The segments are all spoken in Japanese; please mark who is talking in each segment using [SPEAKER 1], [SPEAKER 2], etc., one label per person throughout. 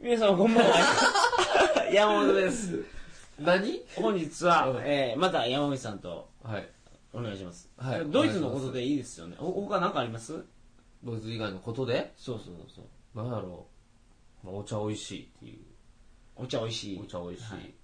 [SPEAKER 1] 皆様こんばんは。 山本です。
[SPEAKER 2] 何
[SPEAKER 1] 本日は、
[SPEAKER 2] うん
[SPEAKER 1] えー、また山口さんと
[SPEAKER 2] はい。
[SPEAKER 1] お願いします。
[SPEAKER 2] はい
[SPEAKER 1] ドイツのこと
[SPEAKER 2] お願いします
[SPEAKER 1] でいいですよね。ほ他なんかあります
[SPEAKER 2] ドイツ以外のことで、
[SPEAKER 1] そうそうそう。
[SPEAKER 2] なんやろう。まあ、お茶美味しいってい
[SPEAKER 1] お茶美味し
[SPEAKER 2] う。お
[SPEAKER 1] い。
[SPEAKER 2] 茶美味しい。
[SPEAKER 1] はい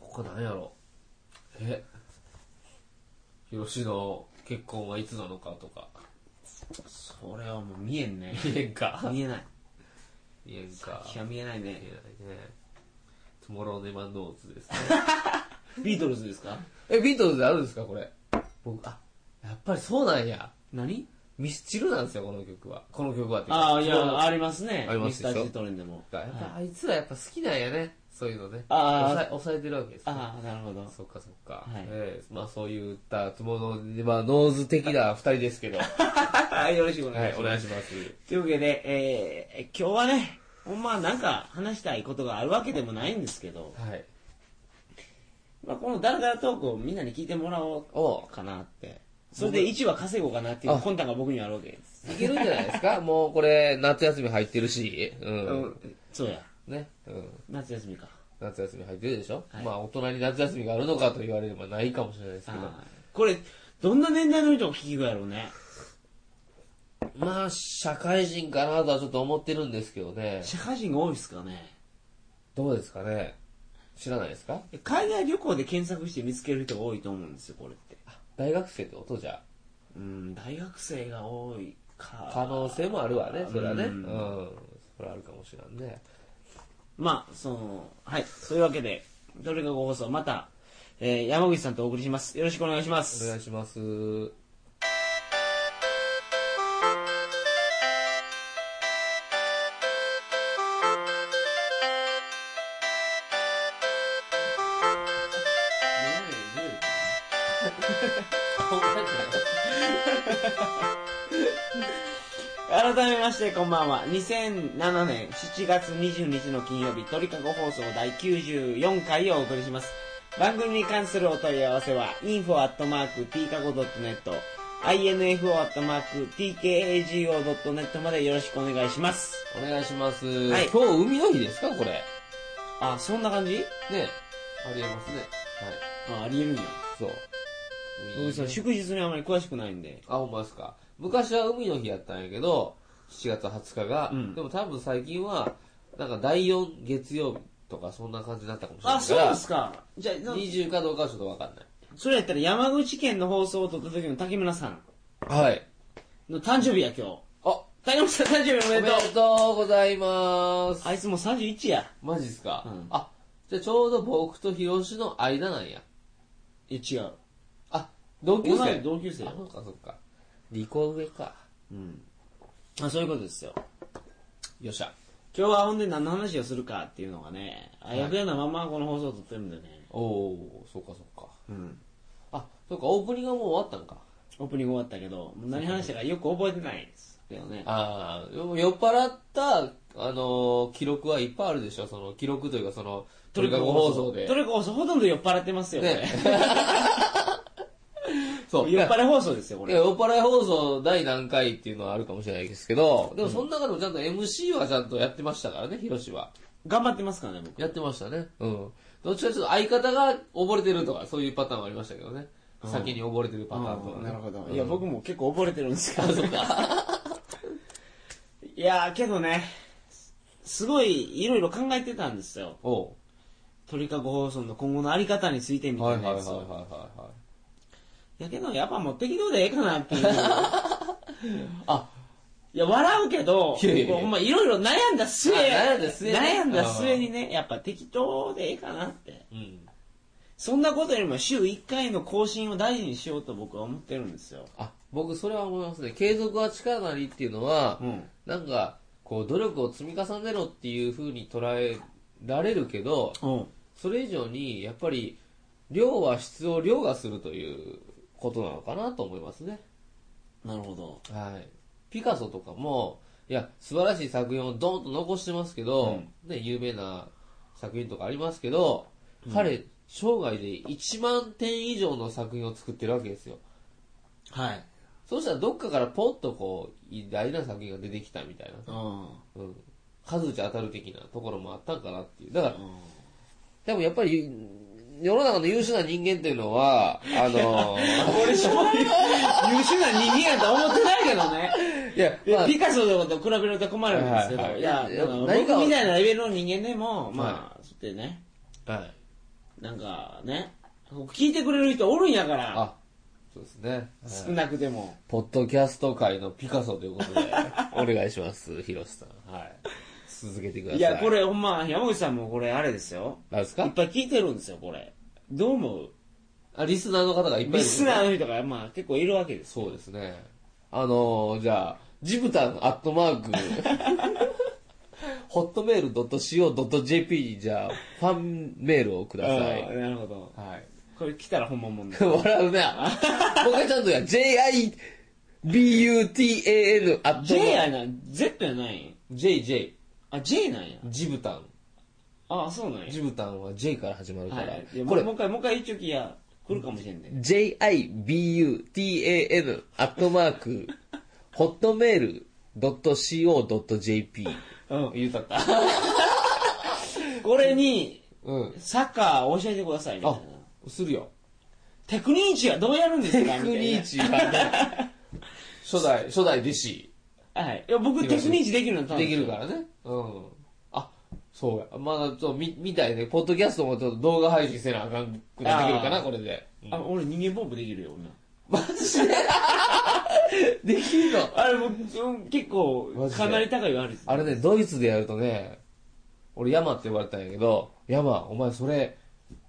[SPEAKER 2] 他なんやろう。え広志の結婚はいつなのかとか。
[SPEAKER 1] それはもう見えんね。
[SPEAKER 2] 見えんか。
[SPEAKER 1] 見えない。
[SPEAKER 2] 見えんか。
[SPEAKER 1] いや、見えない
[SPEAKER 2] 見え
[SPEAKER 1] ね。
[SPEAKER 2] ないね。トゥモローネマンノーツですね。
[SPEAKER 1] ビートルズですか
[SPEAKER 2] え、ビートルズあるんですかこれ。僕、あ、やっぱりそうなんや。
[SPEAKER 1] 何
[SPEAKER 2] ミスチルなんですよ、この曲は。この曲はっていうか
[SPEAKER 1] ああ、い
[SPEAKER 2] トゥモロー
[SPEAKER 1] や、ありますね。
[SPEAKER 2] あります
[SPEAKER 1] ミス
[SPEAKER 2] で
[SPEAKER 1] タ
[SPEAKER 2] しょ
[SPEAKER 1] ー・ジートレンでも。
[SPEAKER 2] やっ
[SPEAKER 1] はい
[SPEAKER 2] ぱあいつらやっぱ好きなんやね。そういうのね。
[SPEAKER 1] あー
[SPEAKER 2] 抑え抑えてるわけですね。
[SPEAKER 1] ああ、なるほど。
[SPEAKER 2] そっかそっか。
[SPEAKER 1] はい
[SPEAKER 2] ええまあそういった、つもの、まあノーズ的な二人ですけど。は
[SPEAKER 1] はい、よろしくお願い
[SPEAKER 2] い、
[SPEAKER 1] し
[SPEAKER 2] お
[SPEAKER 1] ます。
[SPEAKER 2] 願いします。
[SPEAKER 1] というわけで、えー、今日はね、ほんまなんか話したいことがあるわけでもないんですけど、
[SPEAKER 2] はい。
[SPEAKER 1] まあ、このダラダラトークをみんなに聞いてもらお
[SPEAKER 2] お
[SPEAKER 1] うかなって。それで1話稼ごうかなっていう
[SPEAKER 2] あ
[SPEAKER 1] 魂胆が僕にはあるわけです。
[SPEAKER 2] いけるんじゃないです かもうこれ、夏休み入ってるし。うん。
[SPEAKER 1] そうや。
[SPEAKER 2] ね。うん。
[SPEAKER 1] 夏休みか。
[SPEAKER 2] 夏休み入ってるでしょ、
[SPEAKER 1] はい
[SPEAKER 2] まあ大人に夏休みがあるのかと言われればないかもしれないですけど。
[SPEAKER 1] あーこれ、どんな年代の人が聞くやろうね。
[SPEAKER 2] まあ、社会人かなとはちょっと思ってるんですけどね。
[SPEAKER 1] 社会人が多いですかね。
[SPEAKER 2] どうですかね知らないですか
[SPEAKER 1] 海外旅行で検索して見つける人が多いと思うんですよ、これって。
[SPEAKER 2] 大学生ってことじゃ。
[SPEAKER 1] うん、大学生が多いか。
[SPEAKER 2] 可能性もあるわね、それはね。
[SPEAKER 1] う
[SPEAKER 2] うんん。それはあるかもしらんね。
[SPEAKER 1] まあ、その、はい。そういうわけで、どれがご放送、また、えー山口さんとお送りします。よろしくお願いしま
[SPEAKER 2] お
[SPEAKER 1] す。
[SPEAKER 2] 願いします。は
[SPEAKER 1] 改めまして、こんばんは。2007年7月22日の金曜日、鳥かご放送第94回をお送りします。番組に関するお問い合わせは、info.tkago.net、info.tkago.net までよろしくお願いします。
[SPEAKER 2] お願いします。
[SPEAKER 1] はい
[SPEAKER 2] 今日海の日ですかこれ。ね
[SPEAKER 1] あ、そんな感じ
[SPEAKER 2] ありえますね。はい。
[SPEAKER 1] あ、ありえるんや。
[SPEAKER 2] そう。
[SPEAKER 1] 僕、その祝日にあまり詳しくないんで。
[SPEAKER 2] あ、ほんまですか。昔は海の日やったんやけど、7月20日が、
[SPEAKER 1] うん
[SPEAKER 2] でも多分最近は、なんか第4月曜日とかそんな感じになったかもしれな
[SPEAKER 1] あ、
[SPEAKER 2] いか
[SPEAKER 1] そう
[SPEAKER 2] ら、
[SPEAKER 1] ですか。じゃあ、な
[SPEAKER 2] 20かどうかはちょっとわかんない。
[SPEAKER 1] それやったら山口県の放送を撮った時の竹村さん
[SPEAKER 2] はい。
[SPEAKER 1] の誕生日や今日。
[SPEAKER 2] あ、お
[SPEAKER 1] 竹村さん誕生日おめで
[SPEAKER 2] めで
[SPEAKER 1] とう
[SPEAKER 2] とうございます。
[SPEAKER 1] あいつもう31や。
[SPEAKER 2] マジっすか、
[SPEAKER 1] うん
[SPEAKER 2] あ、じゃあちょうど僕と広志の間なんや。
[SPEAKER 1] いや違う。
[SPEAKER 2] あ、同級
[SPEAKER 1] 同
[SPEAKER 2] 生
[SPEAKER 1] い同級生
[SPEAKER 2] あ、そうかそうか。2個上か。
[SPEAKER 1] うん。あ、そういうことですよ。
[SPEAKER 2] よっしゃ。
[SPEAKER 1] 今日はほんで何の話をするかっていうのがね、あ
[SPEAKER 2] い
[SPEAKER 1] やふやなままこの放送を撮ってるんでね。
[SPEAKER 2] おー、そうかそうか。
[SPEAKER 1] うん。
[SPEAKER 2] あ、そうか、オープニングはもう終わったんか。
[SPEAKER 1] オープニング終わったけど、もう何話したかよく覚えてないですけどね。
[SPEAKER 2] ああ、でも酔っ払った、あのー記録はいっぱいあるでしょ、その記録というか、その、トリカゴ放送で
[SPEAKER 1] ト。リカゴ放送ほとんど酔っ払ってますよね
[SPEAKER 2] ね。そう。い
[SPEAKER 1] 酔っ
[SPEAKER 2] や、
[SPEAKER 1] 払い放送ですよ、こ
[SPEAKER 2] いや
[SPEAKER 1] れ。
[SPEAKER 2] 酔っ払い放送第何回っていうのはあるかもしれないですけど、でもその中でもちゃんと MC はちゃんとやってましたからね、ヒロシは。
[SPEAKER 1] 頑張ってますからね、僕。
[SPEAKER 2] やってましたね。うん。どっちかというと相方が溺れてるとか、そういうパターンもありましたけどね。先に溺れてるパターンとか、
[SPEAKER 1] あー
[SPEAKER 2] ね。
[SPEAKER 1] なるほど。
[SPEAKER 2] うん
[SPEAKER 1] いや、僕も結構溺れてるんですけど。
[SPEAKER 2] そうか。
[SPEAKER 1] いやー、けどね、すごいいろいろ考えてたんですよ。
[SPEAKER 2] おう
[SPEAKER 1] 鳥かご放送の今後のあり方についてみた
[SPEAKER 2] はい
[SPEAKER 1] い
[SPEAKER 2] はい
[SPEAKER 1] な
[SPEAKER 2] はい
[SPEAKER 1] や
[SPEAKER 2] はい
[SPEAKER 1] つを。
[SPEAKER 2] はいはい。
[SPEAKER 1] やけど、やっぱもう適当でええかなっていう。
[SPEAKER 2] あ、
[SPEAKER 1] いや、笑うけど、
[SPEAKER 2] いやいやいや
[SPEAKER 1] こうほんまいろいろ悩んだ末、
[SPEAKER 2] あ悩んだ末ね
[SPEAKER 1] 悩んだ末にね、やっぱ適当でええかなって。
[SPEAKER 2] うん。
[SPEAKER 1] そんなことよりも週1回の更新を大事にしようと僕は思ってるんですよ。
[SPEAKER 2] あ、僕それは思いますね。継続は力なりっていうのは、
[SPEAKER 1] うん。
[SPEAKER 2] なんか、こう、努力を積み重ねろっていう風に捉えられるけど、
[SPEAKER 1] うん。
[SPEAKER 2] それ以上に、やっぱり、量は質を凌駕するということなのかなと思いますね。
[SPEAKER 1] なるほど。
[SPEAKER 2] はい。ピカソとかも、いや、素晴らしい作品をドーンと残してますけど、ね、有名な作品とかありますけど、彼、生涯で1万点以上の作品を作ってるわけですよ。
[SPEAKER 1] はい。
[SPEAKER 2] そうしたらどっかからポッとこう、偉大な作品が出てきたみたいな。
[SPEAKER 1] うん。
[SPEAKER 2] うん。数打ち当たる的なところもあったんかなっていう。だから
[SPEAKER 1] う、ん
[SPEAKER 2] でもやっぱり、世の中の優秀な人間っていうのは、あの
[SPEAKER 1] 俺、正直、優秀な人間やと思って ないけどね。
[SPEAKER 2] いや、
[SPEAKER 1] で
[SPEAKER 2] まあ、
[SPEAKER 1] ピカソと比べると困るんですけど、
[SPEAKER 2] はい
[SPEAKER 1] い
[SPEAKER 2] はい
[SPEAKER 1] や、
[SPEAKER 2] いや
[SPEAKER 1] なんか
[SPEAKER 2] 何かを
[SPEAKER 1] 僕みたいなレベルの人間でも、まあ、そうやってね、
[SPEAKER 2] はい。
[SPEAKER 1] なんかね、聞いてくれる人おるんやから、
[SPEAKER 2] あ、そうですね。
[SPEAKER 1] 少なくても。
[SPEAKER 2] ポッドキャスト界のピカソというこ とで、お願いします、ヒロシさん。はい。続けてください。
[SPEAKER 1] いや、こ、れほんま、山口さんもこれあれですよ。
[SPEAKER 2] なんです
[SPEAKER 1] いっ
[SPEAKER 2] か
[SPEAKER 1] ぱい聞いてるんですよ、これ。どう思う
[SPEAKER 2] あ、リスナーの方がいっぱいいる
[SPEAKER 1] リスナーの人が、まあ、結構いるわけです。
[SPEAKER 2] そうですね。あのー、じゃあ、ジブタンアットマ ーク、ホットメール .co.jp にじゃあ、ファンメールをくださ
[SPEAKER 1] あ
[SPEAKER 2] い。
[SPEAKER 1] ーなるほど。
[SPEAKER 2] はい。。
[SPEAKER 1] これ来たらほんまもんね
[SPEAKER 2] 笑うな。僕はちゃんとや、jibutan アットマーク。
[SPEAKER 1] J やな、Z やないん
[SPEAKER 2] JJ。
[SPEAKER 1] あ、J なんや。
[SPEAKER 2] ジブタン。
[SPEAKER 1] あ、そうなんや。
[SPEAKER 2] ジブタンは J から始まるか
[SPEAKER 1] は
[SPEAKER 2] ら
[SPEAKER 1] い。いや。
[SPEAKER 2] こ
[SPEAKER 1] もう
[SPEAKER 2] れ
[SPEAKER 1] もう、一回、もう一回一応きや、来るかもしれんね。
[SPEAKER 2] jibutan アットマー ク、ホットメール .co.jp。
[SPEAKER 1] うん。
[SPEAKER 2] 言うたった。
[SPEAKER 1] これに、
[SPEAKER 2] うん。
[SPEAKER 1] サッカーを教えてください、みたいな
[SPEAKER 2] あ。、するよ。
[SPEAKER 1] テクニーチはどうやるんですか
[SPEAKER 2] テ
[SPEAKER 1] みたいな
[SPEAKER 2] クニーチはね、初代、初代弟子。
[SPEAKER 1] はい。いや、僕、テクニーチできるの多分
[SPEAKER 2] できるからね。うん。あ、そうや。まだちょっとみ、みたいね。ポッドキャストもちょっと動画配信せなあかんくなってくるか
[SPEAKER 1] あ
[SPEAKER 2] な、
[SPEAKER 1] ー
[SPEAKER 2] これで。うん
[SPEAKER 1] あ、俺人間ポンプできるよ、俺。
[SPEAKER 2] マジでできんの
[SPEAKER 1] あれ、僕、うん結構
[SPEAKER 2] マ、ジで
[SPEAKER 1] かなり高いよ、あれです。
[SPEAKER 2] あれね、ドイツでやるとね、俺山って呼ばれたんやけど、山、お前それ、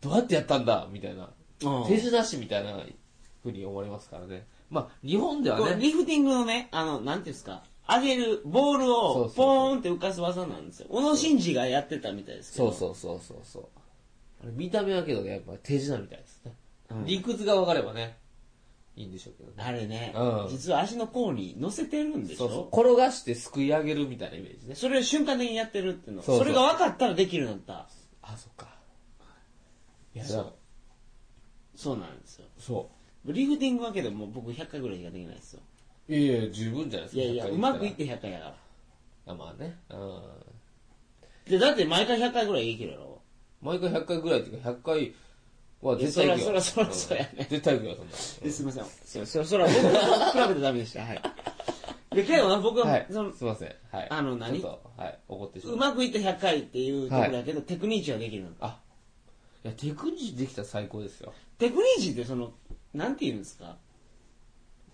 [SPEAKER 2] どうやってやったんだみたいな。
[SPEAKER 1] うん
[SPEAKER 2] 手品師みたいな風に思われますからね。まあ、日本では
[SPEAKER 1] こう
[SPEAKER 2] ね、
[SPEAKER 1] リフティングのね、あの、なんていうんですか、上げる、ボール
[SPEAKER 2] そう
[SPEAKER 1] を
[SPEAKER 2] そうそう
[SPEAKER 1] ポーンって浮かす技なんですよ。小野伸二がやってたみたいですけ
[SPEAKER 2] そ
[SPEAKER 1] ど。
[SPEAKER 2] う
[SPEAKER 1] う。
[SPEAKER 2] そうそうそうそう。あれ見た目はけどね、やっぱ手品みたいですね。
[SPEAKER 1] うん
[SPEAKER 2] 理屈が分かればね、いいんでしょうけどね。
[SPEAKER 1] あれね、
[SPEAKER 2] うん
[SPEAKER 1] 実は足の甲に乗せてるんでし
[SPEAKER 2] そ
[SPEAKER 1] ょ
[SPEAKER 2] うそう。転がしてすくい上げるみたいなイメージね。
[SPEAKER 1] それを瞬間的にやってるっていうの。
[SPEAKER 2] そうそう
[SPEAKER 1] それが分かったらできるようになった。
[SPEAKER 2] あ、そっか。いや、
[SPEAKER 1] そ
[SPEAKER 2] そうう。
[SPEAKER 1] そうなんですよ。
[SPEAKER 2] そ
[SPEAKER 1] リフティングはけどもう僕100回ぐらいしかできないですよ。
[SPEAKER 2] う。いやいや、十分じゃないです
[SPEAKER 1] い
[SPEAKER 2] か。
[SPEAKER 1] やいや、
[SPEAKER 2] 100
[SPEAKER 1] うまくいって100回やから。
[SPEAKER 2] あまあね。うん。
[SPEAKER 1] で、だって毎回100回ぐらいできるやろ。
[SPEAKER 2] 毎回100回ぐらいっていうか、100回は絶対行く
[SPEAKER 1] い
[SPEAKER 2] よ。
[SPEAKER 1] やそらそらそらそうやね
[SPEAKER 2] ん絶対行くよ、そんな。
[SPEAKER 1] ですいません。そ、そ、そら、僕と比べてダメでした。はい。で、けどな、僕は、
[SPEAKER 2] はい
[SPEAKER 1] その、
[SPEAKER 2] すいません。はい。
[SPEAKER 1] あの何
[SPEAKER 2] ちょっと、はい、怒ってしま
[SPEAKER 1] う
[SPEAKER 2] う。
[SPEAKER 1] まくいって100回っていうところだけど、テクニーチはできるの。
[SPEAKER 2] あ、いや、手クジできたら最高ですよ。
[SPEAKER 1] テクニーチってその、なんて言うんですか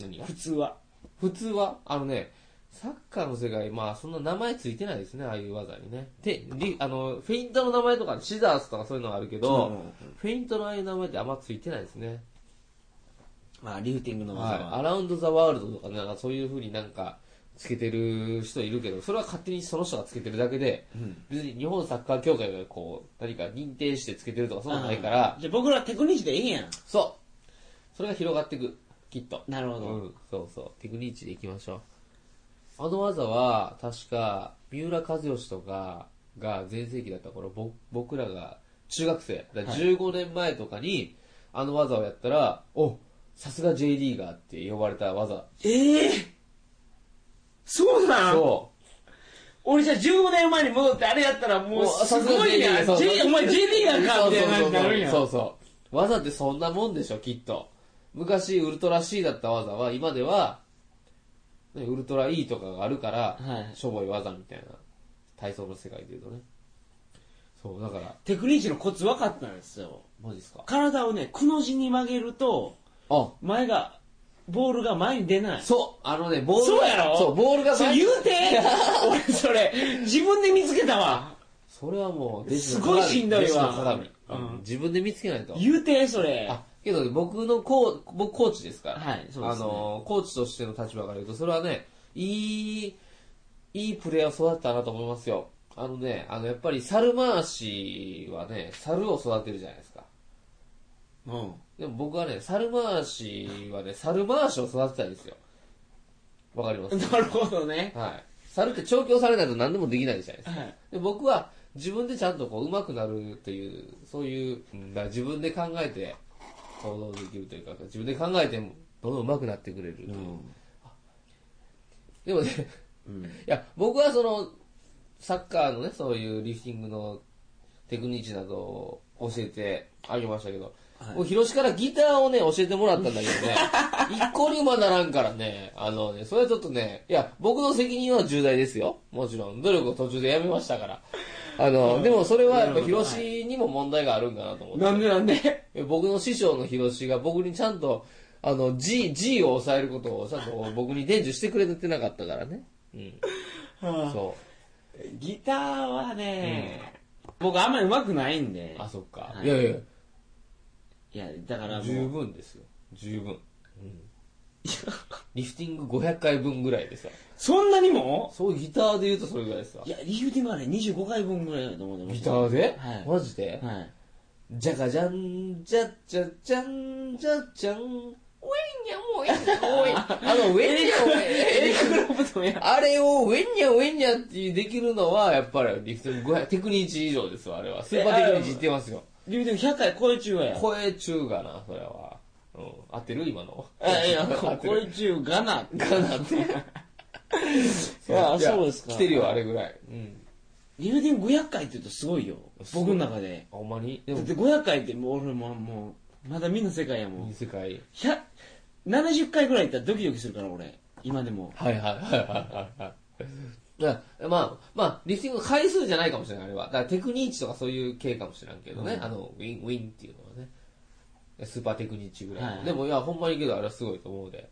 [SPEAKER 2] 何が
[SPEAKER 1] 普通は。
[SPEAKER 2] 普通は、あのね、サッカーの世界、まあ、そんな名前ついてないですね、ああいう技にね。で、リあの、フェイントの名前とか、シザースとかそういうのがあるけど、
[SPEAKER 1] うんうんうん
[SPEAKER 2] フェイントのああいう名前ってあんまついてないですね。
[SPEAKER 1] まあ、リフティングの技
[SPEAKER 2] はい。
[SPEAKER 1] は。
[SPEAKER 2] アラウンドザワールドとか、なんかそういう風になんか、つけてる人いるけど、それは勝手にその人がつけてるだけで、別に日本サッカー協会がこう、何か認定してつけてるとかそういうのないから
[SPEAKER 1] あ、ーじゃあ僕らテクニーチでいいやん。
[SPEAKER 2] そうそれが広がっていく、きっと。
[SPEAKER 1] なるほど
[SPEAKER 2] うん、そうそう。テクニーチでいきましょう。あの技は、確か、三浦和義とかが全盛期だった頃、ぼ僕らが中学生、だから15年前とかに、あの技をやったら、おさすが J リーガーって呼ばれた技。
[SPEAKER 1] ええそうなん
[SPEAKER 2] そう。
[SPEAKER 1] 俺じゃあ15年前に戻ってあれやったらもう
[SPEAKER 2] お
[SPEAKER 1] すごいやん。
[SPEAKER 2] そうそう
[SPEAKER 1] J- お前 J リーガーかみたいな感じになるんやん。
[SPEAKER 2] そうそうそうそう。技ってそんなもんでしょ、きっと。昔、ウルトラ C だった技は、今では、ね、ウルトラ E とかがあるから、
[SPEAKER 1] はい
[SPEAKER 2] しょぼい技みたいな。体操の世界で言うとね。そう、だから、
[SPEAKER 1] テクニーチのコツ分かったんですよ。
[SPEAKER 2] マジですか。
[SPEAKER 1] 体をね、くの字に曲げると、
[SPEAKER 2] あ、
[SPEAKER 1] 前が、ボールが前に出ない。
[SPEAKER 2] そう、あのね、ボール
[SPEAKER 1] そう
[SPEAKER 2] が
[SPEAKER 1] やろ
[SPEAKER 2] そう、ボールが
[SPEAKER 1] それ
[SPEAKER 2] 前
[SPEAKER 1] 言うて俺それ、自分で見つけたわ。
[SPEAKER 2] それはもう、弟子
[SPEAKER 1] す
[SPEAKER 2] の
[SPEAKER 1] ごいしんどいわ
[SPEAKER 2] 弟子の鏡
[SPEAKER 1] うん
[SPEAKER 2] 自分で見つけないと。
[SPEAKER 1] 言うて、それ。
[SPEAKER 2] あ、けどね僕のコー、僕コーチですから。
[SPEAKER 1] はいそうですね
[SPEAKER 2] あのー、コーチとしての立場から言うと、それはね、いい、いいプレーヤーを育てたなと思いますよ。あのね、あの、やっぱり猿回しはね、猿を育てるじゃないですか。
[SPEAKER 1] うん。
[SPEAKER 2] でも僕はね、猿回しはね、猿回しを育てたいんですよ。わかります
[SPEAKER 1] なるほどね。
[SPEAKER 2] はい。猿って調教されないと何でもできないじゃないですか。
[SPEAKER 1] はい。
[SPEAKER 2] で僕は自分でちゃんとこう上手くなるというそういう、うんだから自分で考えて行動できるというか自分で考えてどんどん上手くなってくれるというう、
[SPEAKER 1] ん
[SPEAKER 2] でもね、
[SPEAKER 1] うん
[SPEAKER 2] いや、僕はその、サッカーのね、そういうリフティングのテクニックなどを教えてあげましたけど、
[SPEAKER 1] はい
[SPEAKER 2] もう広島からギターをね、教えてもらったん だけどね、一向にうまならんからね、あのね、それはちょっとね、いや、僕の責任は重大ですよ。もちろん、努力を途中でやめましたから。あの、でもそれはやっぱ広島にも問題があるんかなと思って。
[SPEAKER 1] なんでなんで
[SPEAKER 2] え僕の師匠の広志が僕にちゃんと、あの、G、G を抑えることをちゃんと僕に伝授してくれてなかったからね。うん。そ
[SPEAKER 1] ギターはね、僕あんまり上手くないんで
[SPEAKER 2] う。。あ、そっか。
[SPEAKER 1] はい
[SPEAKER 2] いやい
[SPEAKER 1] いや、だか
[SPEAKER 2] や、
[SPEAKER 1] ら
[SPEAKER 2] 十
[SPEAKER 1] もう、
[SPEAKER 2] 分ですよ。十分。 うん。リフティング500回分ぐらいでさ。
[SPEAKER 1] そんなにも
[SPEAKER 2] そう、ギターで言うとそれぐらいですわ
[SPEAKER 1] い。や、リフティングはね、25回分ぐらいだと思うんで
[SPEAKER 2] ギターで
[SPEAKER 1] はい
[SPEAKER 2] マジで
[SPEAKER 1] はい。
[SPEAKER 2] じゃかじゃん、じゃっじゃっじゃん、じゃっじゃん。ウェインニャウェインニャウェイン。あの、ウェインニャウェイン。
[SPEAKER 1] エリック・ロプトンや。
[SPEAKER 2] あれをウェンニャウェンニャってできるのは、やっぱりリフティング500テクニッチ以上ですわ、あれは。スーパーテクニッチいってますよ。
[SPEAKER 1] リフティング100回超え中や。
[SPEAKER 2] 声中がな、それは。うん。合ってる今の。
[SPEAKER 1] あいや、
[SPEAKER 2] 合って
[SPEAKER 1] 超え
[SPEAKER 2] る。
[SPEAKER 1] 中がな。
[SPEAKER 2] かな って。
[SPEAKER 1] いや、そうですか。
[SPEAKER 2] 来てるよ、あれぐらい。うん。
[SPEAKER 1] リフティング500回って言うとすごいよ。
[SPEAKER 2] すごい
[SPEAKER 1] 僕の中で。
[SPEAKER 2] ほんまにで
[SPEAKER 1] だ
[SPEAKER 2] も
[SPEAKER 1] っ、て500回ってもう俺ももう、まだみんな世界やも
[SPEAKER 2] いい
[SPEAKER 1] ん。
[SPEAKER 2] 世界。
[SPEAKER 1] 100 70回ぐらいいったらドキドキするから俺。今でも。
[SPEAKER 2] はいはいはいはいはいはい。だまあ、まあ、リフティングの回数じゃないかもしれない、あれは。だからテクニッチとかそういう系かもしれんけどね、
[SPEAKER 1] うん
[SPEAKER 2] あの、ウィン、ウィンっていうのはね。スーパーテクニッチぐらいの。
[SPEAKER 1] はい
[SPEAKER 2] でも、いや、ほんまにけど、あれはすごいと思うで。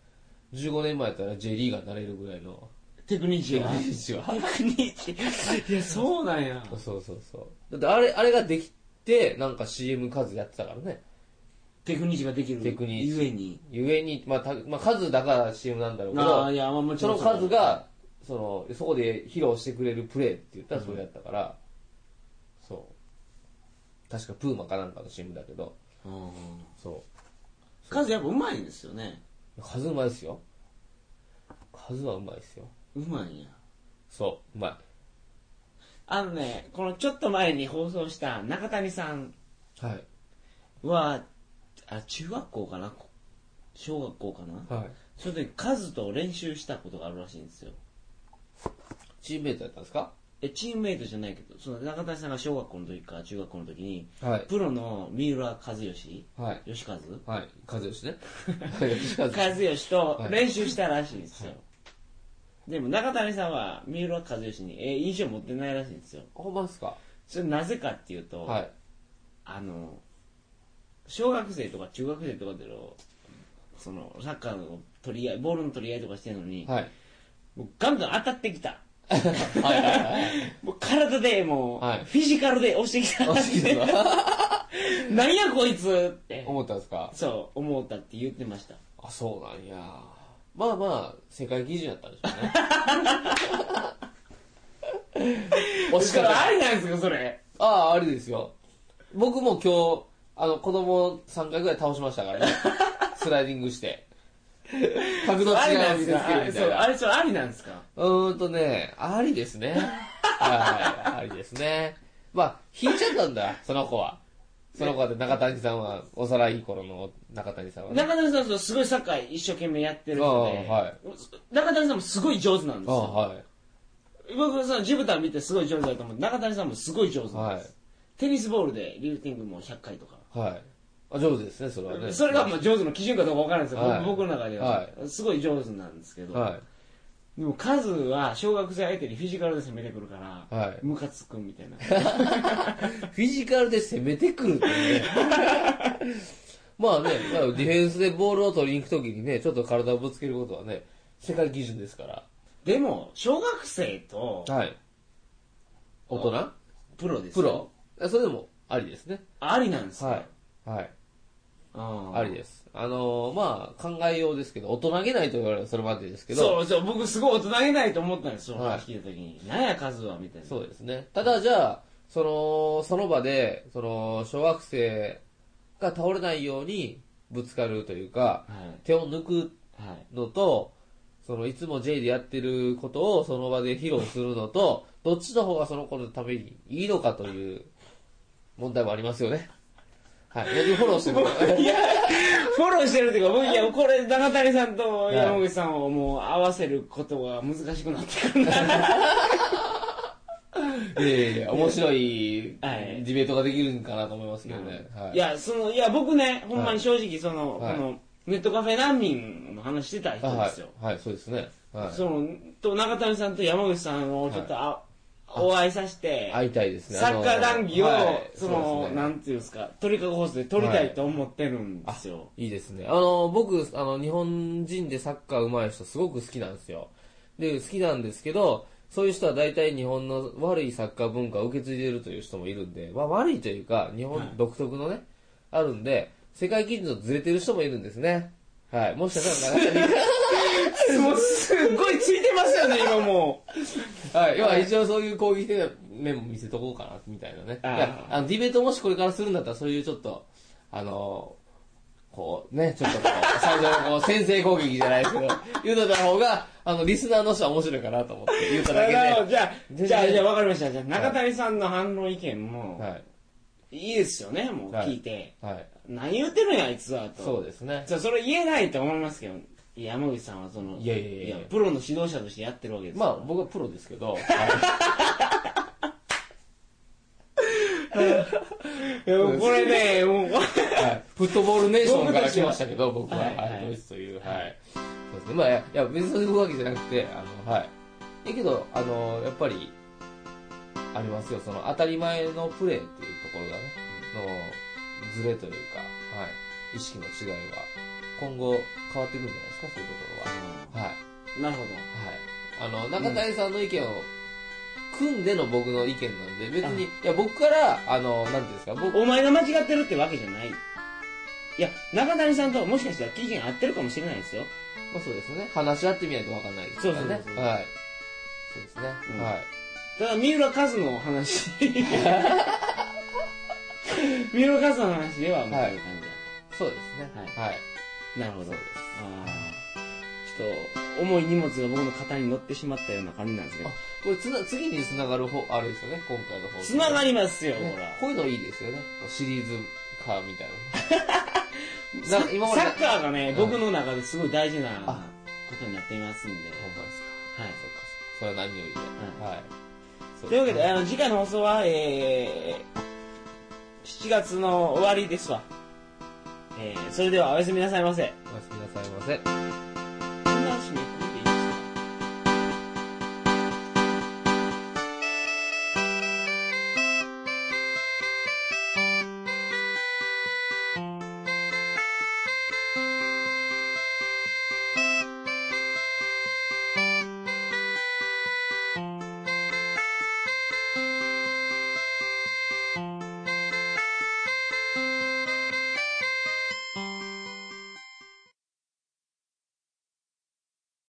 [SPEAKER 2] 15年前やったら J リーガーになれるぐらいの。
[SPEAKER 1] テクニッチ
[SPEAKER 2] テク
[SPEAKER 1] が。
[SPEAKER 2] ニッチは。
[SPEAKER 1] テクニッチ。いや、そうなんや。
[SPEAKER 2] そうそうそう。だって、あれ、あれができて、なんか CM 数やってたからね。
[SPEAKER 1] テクニッチができる。
[SPEAKER 2] テクニッ
[SPEAKER 1] ゆえに。
[SPEAKER 2] ゆえに、まあ、たまあ、数だから CM なんだろうけど。
[SPEAKER 1] ああ、いや、まあもち
[SPEAKER 2] そ
[SPEAKER 1] ろ
[SPEAKER 2] の
[SPEAKER 1] ん。
[SPEAKER 2] 数。が、その、そこで披露してくれるプレーって言ったらそれやったから、そう。確かプーマかなんかのチームだけど、
[SPEAKER 1] うん
[SPEAKER 2] そ
[SPEAKER 1] 数やっぱうまいんですよね。
[SPEAKER 2] う。数うまいっすよ。数はうまいっすよ。
[SPEAKER 1] うまいんや。
[SPEAKER 2] そう、うま
[SPEAKER 1] あのね、このちょっと前に放送した中谷さん
[SPEAKER 2] い。はい。
[SPEAKER 1] は、あ、中学校かなこ小学校かな
[SPEAKER 2] はい。
[SPEAKER 1] その時、カズと練習したことがあるらしいんですよ。
[SPEAKER 2] チームメイトやったんですか
[SPEAKER 1] え、チームメイトじゃないけど、その中谷さんが小学校の時か中学校の時に、
[SPEAKER 2] はい。
[SPEAKER 1] プロの三浦和義
[SPEAKER 2] はい。
[SPEAKER 1] 義和
[SPEAKER 2] はい。数よし ね。吉和
[SPEAKER 1] 和義と
[SPEAKER 2] はい
[SPEAKER 1] 練習したらしいんですよ。
[SPEAKER 2] は
[SPEAKER 1] でも中谷さんは三浦和義に、え、印象持ってないらしいんですよ。
[SPEAKER 2] ほんまっすか
[SPEAKER 1] それなぜかっていうと、
[SPEAKER 2] はい。
[SPEAKER 1] あの、小学生とか中学生とかでの、その、サッカーの取り合い、ボールの取り合いとかしてるのに、
[SPEAKER 2] はい。
[SPEAKER 1] もうガンガン当たってきた。
[SPEAKER 2] はいはいはい。
[SPEAKER 1] もう体でもう、
[SPEAKER 2] はい
[SPEAKER 1] フィジカルで押してきた。
[SPEAKER 2] あ好きですか
[SPEAKER 1] なんやこいつって、
[SPEAKER 2] 思ったんですか
[SPEAKER 1] そう、思ったって言ってました。
[SPEAKER 2] あ、そうなんや。まあまあ、世界基準やったんでしょうね。 惜しかった。あ
[SPEAKER 1] れなんですか、それ。
[SPEAKER 2] あ、あれですよ。僕も今日、あの、子供3回ぐらい倒しました からね。スライディングして。角度
[SPEAKER 1] あれ
[SPEAKER 2] 違い
[SPEAKER 1] な
[SPEAKER 2] を
[SPEAKER 1] ん
[SPEAKER 2] 見
[SPEAKER 1] です
[SPEAKER 2] つ
[SPEAKER 1] か
[SPEAKER 2] ける
[SPEAKER 1] あ
[SPEAKER 2] み
[SPEAKER 1] れ、
[SPEAKER 2] た
[SPEAKER 1] そう
[SPEAKER 2] い
[SPEAKER 1] あ
[SPEAKER 2] な。
[SPEAKER 1] れ、それありなんですか
[SPEAKER 2] うーんとね、ありですね。はい、ありですね。まあ、引いちゃったんだ、その子は。その子はね中谷さんは、幼い頃の中谷さんはね。
[SPEAKER 1] 中谷さんそうすごいサッカー一生懸命やってる
[SPEAKER 2] ああ
[SPEAKER 1] 人で、
[SPEAKER 2] はい
[SPEAKER 1] 中谷さんもすごい上手なんです
[SPEAKER 2] あ
[SPEAKER 1] よ。
[SPEAKER 2] はい。
[SPEAKER 1] 僕、そのジブタン見てすごい上手だと思って、中谷さんもすごい上手なんです。テニスボールでリフティングも100回とか。
[SPEAKER 2] はい。はい。あ、上手ですね、それはね。
[SPEAKER 1] それがまあ上手の基準かどうかわからないですよ、
[SPEAKER 2] はい
[SPEAKER 1] 僕の中では、すごい上手なんですけど、
[SPEAKER 2] は
[SPEAKER 1] でもカズは小学生相手にフィジカルで攻めてくるから、
[SPEAKER 2] い。はい。
[SPEAKER 1] ムカつくみたいな。
[SPEAKER 2] フィジカルで攻めてくるってね。 まあね、まあディフェンスでボールを取りに行くときにね、ちょっと体をぶつけることはね、世界基準ですか
[SPEAKER 1] でも、小学生と
[SPEAKER 2] ら。はい。大人
[SPEAKER 1] プロです
[SPEAKER 2] プ
[SPEAKER 1] よ
[SPEAKER 2] ロそれでもありですね。
[SPEAKER 1] ありなんですか、
[SPEAKER 2] はい。はい。
[SPEAKER 1] あ
[SPEAKER 2] ありです。あのー、まあ、考えようですけど、大人げないと言われるそれまでですけど。
[SPEAKER 1] そうそう、僕すごい大人げないと思ったんですよ、
[SPEAKER 2] はい
[SPEAKER 1] 聞いた時に。なんや、カズはみたいな。
[SPEAKER 2] そうですね。ただじゃあ、その、その場で、その、小学生が倒れないようにぶつかるというか、
[SPEAKER 1] はい。
[SPEAKER 2] 手を抜く
[SPEAKER 1] はい。
[SPEAKER 2] のと、その、いつも J でやってることをその場で披露するのと、どっちの方がその子のためにいいのかという問題もありますよね。はい。フォローしてもら
[SPEAKER 1] いや、フォローしてるっていうか、僕、いや、これ、中谷さんと山口さんをもう合わせることが難しくなってくるな。
[SPEAKER 2] いやいやいや、面白いデ
[SPEAKER 1] はい
[SPEAKER 2] ィベートができるんかなと思いますけどね。はい
[SPEAKER 1] いや、その、いや、僕ね、ほんまに正直、その、
[SPEAKER 2] はい
[SPEAKER 1] この、ネットカフェ難民の話してた
[SPEAKER 2] あ
[SPEAKER 1] 人
[SPEAKER 2] は
[SPEAKER 1] ですよ。
[SPEAKER 2] い、はい、そうですね。はい
[SPEAKER 1] その、と、中谷さんと山口さんをちょっと、あ、お会いさせて、
[SPEAKER 2] 会いたいですね。
[SPEAKER 1] サッカー談義を、
[SPEAKER 2] はい
[SPEAKER 1] その
[SPEAKER 2] うですね
[SPEAKER 1] なんていうんですか、鳥かご放送で撮りたいと思ってるんですよ。
[SPEAKER 2] いいですね。あの、僕、あの、日本人でサッカー上手い人すごく好きなんですよ。で、好きなんですけど、そういう人は大体日本の悪いサッカー文化を受け継いでるという人もいるんで、まあ悪いというか、日
[SPEAKER 1] はい
[SPEAKER 2] 本独特のね、あるんで、世界基準とずれてる人もいるんですね。はい。もしかしたら中
[SPEAKER 1] もうすっごいついてますよね、今もう。
[SPEAKER 2] 谷はい。要は一応そういう攻撃的な面も見せとこうかな、みたいなね。
[SPEAKER 1] あー
[SPEAKER 2] だからあのディベートもしこれからするんだったら、そういうちょっと、あのこうね、ちょっとこう、最初のこう、先制攻撃じゃないですけど、言うといた方が、あの、リスナーの人は面白いかなと思って、言うただけで。
[SPEAKER 1] なるほ
[SPEAKER 2] は
[SPEAKER 1] どじゃあ、
[SPEAKER 2] 全然
[SPEAKER 1] じゃあ、じゃあ、わかりました。じゃあ、中谷さんの反論意見も、
[SPEAKER 2] い。
[SPEAKER 1] いいですよね、もう
[SPEAKER 2] はい
[SPEAKER 1] 聞いて。
[SPEAKER 2] はい。
[SPEAKER 1] 何言ってるんや、あいつは、と。
[SPEAKER 2] そうですね。
[SPEAKER 1] じゃあ、それ言えないと思いますけど、いや山口さんはその、
[SPEAKER 2] いやいやいやいや
[SPEAKER 1] プロの指導者としてやってるわけです
[SPEAKER 2] ま
[SPEAKER 1] から
[SPEAKER 2] あ、僕はプロですけど、はい
[SPEAKER 1] いやもうこれ ね、もう、
[SPEAKER 2] はいフットボールネーションから来ましたけど、僕は、
[SPEAKER 1] はいはい
[SPEAKER 2] はいドイツという、はい。そうですね。まあ、いやいや、別にそういうわけじゃなくて、あの、はい。だけど、あの、やっぱり、ありますよ。その、当たり前のプレーっていうところがね、の、ズレというか、はい。意識の違いは、今後変わってくるんじゃないですか、そういうところは。はい。
[SPEAKER 1] なるほど。
[SPEAKER 2] はい。あの、中谷さんの意見を、組んでの僕の意見なんで、別に、いや、僕から、あの、なんていうんですか、僕、
[SPEAKER 1] お前が間違ってるってわけじゃない。いや、中谷さんともしかしたら意見合ってるかもしれないですよ。
[SPEAKER 2] まあそうですね。話し合ってみないとわかんないですからね。
[SPEAKER 1] そうそうそうそう
[SPEAKER 2] はい。そうですね。
[SPEAKER 1] うん
[SPEAKER 2] はい。
[SPEAKER 1] ただ、三浦和の 話。三浦和の話では、もう、
[SPEAKER 2] はい
[SPEAKER 1] こういう感じ
[SPEAKER 2] そうですね。はい。
[SPEAKER 1] だ。なるほど。
[SPEAKER 2] そう
[SPEAKER 1] あ
[SPEAKER 2] です
[SPEAKER 1] ーちょっと、重い荷物が僕の肩に乗ってしまったような感じなんですけど
[SPEAKER 2] あ。、これつな、次に繋がる方、あれですよね、今回の方。
[SPEAKER 1] つなが
[SPEAKER 2] り、
[SPEAKER 1] りますよ、ほ
[SPEAKER 2] ね
[SPEAKER 1] ら。
[SPEAKER 2] こういうのいいですよね。シリーズ化みたい な。な今まで
[SPEAKER 1] サッカーがね、
[SPEAKER 2] うん
[SPEAKER 1] 僕の中ですごい大事な
[SPEAKER 2] あ
[SPEAKER 1] ことになっていますんで。
[SPEAKER 2] ほんまですか。
[SPEAKER 1] はい。
[SPEAKER 2] そっかそれは何よりで。はい。そ
[SPEAKER 1] というわけで、
[SPEAKER 2] はい
[SPEAKER 1] あの、次回の放送は、えー、7月の終わりですわ。えー、それではおやすみなさいませ。
[SPEAKER 2] おやすみなさいませ。